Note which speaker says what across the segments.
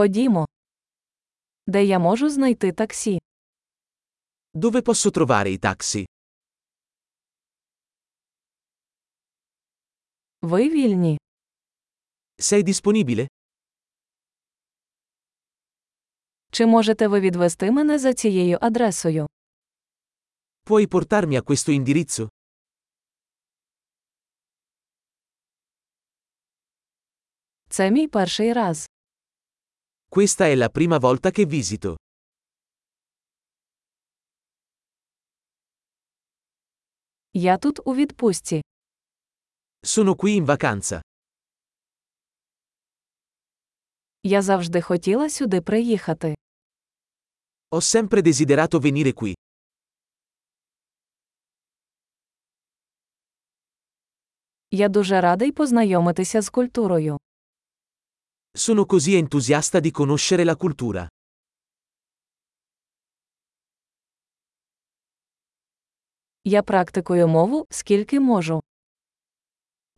Speaker 1: Ходімо. Де я можу знайти таксі?
Speaker 2: Dove posso trovare i taxi?
Speaker 1: Ви вільні?
Speaker 2: Sei disponibile?
Speaker 1: Чи можете ви відвести мене за цією адресою?
Speaker 2: Puoi portarmi a questo indirizzo?
Speaker 1: Це мій перший раз.
Speaker 2: Questa è la prima volta che visito.
Speaker 1: Я тут у відпустці.
Speaker 2: Sono qui in vacanza.
Speaker 1: Я завжди хотіла сюди приїхати.
Speaker 2: Ho sempre desiderato venire qui.
Speaker 1: Я дуже радий познайомитися з культурою.
Speaker 2: Sono così entusiasta di conoscere la cultura.
Speaker 1: Я практикую мову, скільки можу.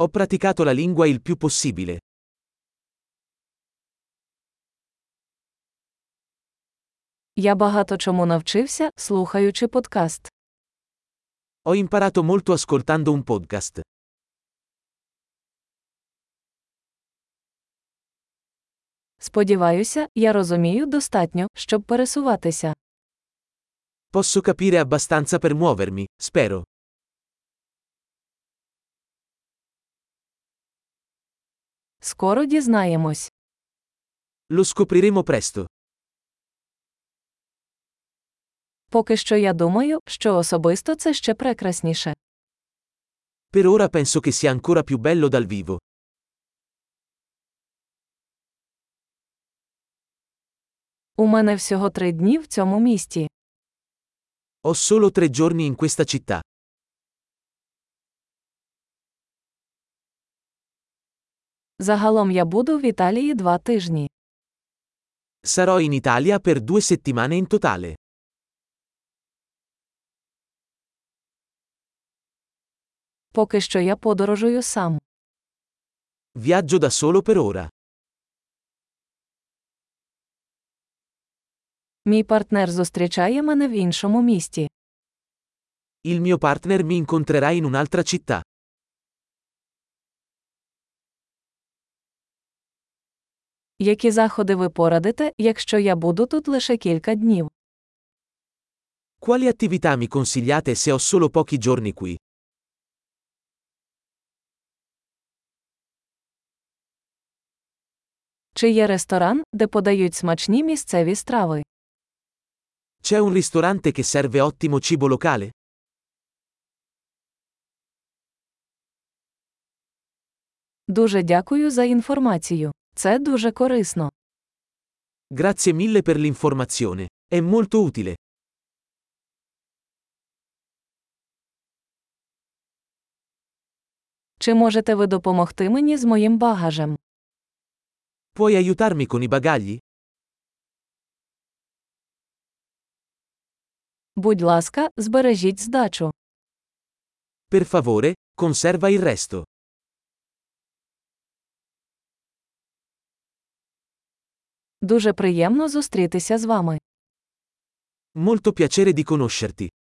Speaker 2: Ho praticato la lingua il più possibile.
Speaker 1: Я багато чому навчився, слухаючи подкаст.
Speaker 2: Ho imparato molto ascoltando un podcast.
Speaker 1: Сподіваюся, я розумію достатньо, щоб пересуватися.
Speaker 2: Posso capire abbastanza per muovermi, spero.
Speaker 1: Скоро дізнаємось.
Speaker 2: Lo scopriremo presto.
Speaker 1: Поки що я думаю, що особисто це ще прекрасніше.
Speaker 2: Per ora penso che sia ancora più bello dal vivo.
Speaker 1: У мене всього три дні в цьому місті.
Speaker 2: Ho solo tre giorni in questa città.
Speaker 1: Загалом я буду в Італії два тижні.
Speaker 2: Sarò in Italia per due settimane in totale.
Speaker 1: Поки що я подорожую сам.
Speaker 2: Viaggio da solo per ora.
Speaker 1: Мій партнер зустрічає мене в іншому місті.
Speaker 2: Il mio partner mi incontrerà in un'altra città.
Speaker 1: Які заходи ви порадите, якщо я буду тут лише кілька днів?
Speaker 2: Quali attività mi consigliate se ho solo pochi giorni qui?
Speaker 1: Чи є ресторан, де подають смачні місцеві страви?
Speaker 2: C'è un ristorante che serve ottimo cibo locale?
Speaker 1: Дуже дякую за інформацію. Це дуже корисно.
Speaker 2: Grazie mille per l'informazione. È molto utile.
Speaker 1: Чи можете ви допомогти мені з моїм багажем?
Speaker 2: Puoi aiutarmi con i bagagli?
Speaker 1: Будь ласка, збережіть здачу.
Speaker 2: Per favore, conserva il resto.
Speaker 1: Дуже приємно зустрітися з вами.
Speaker 2: Molto piacere di conoscerti.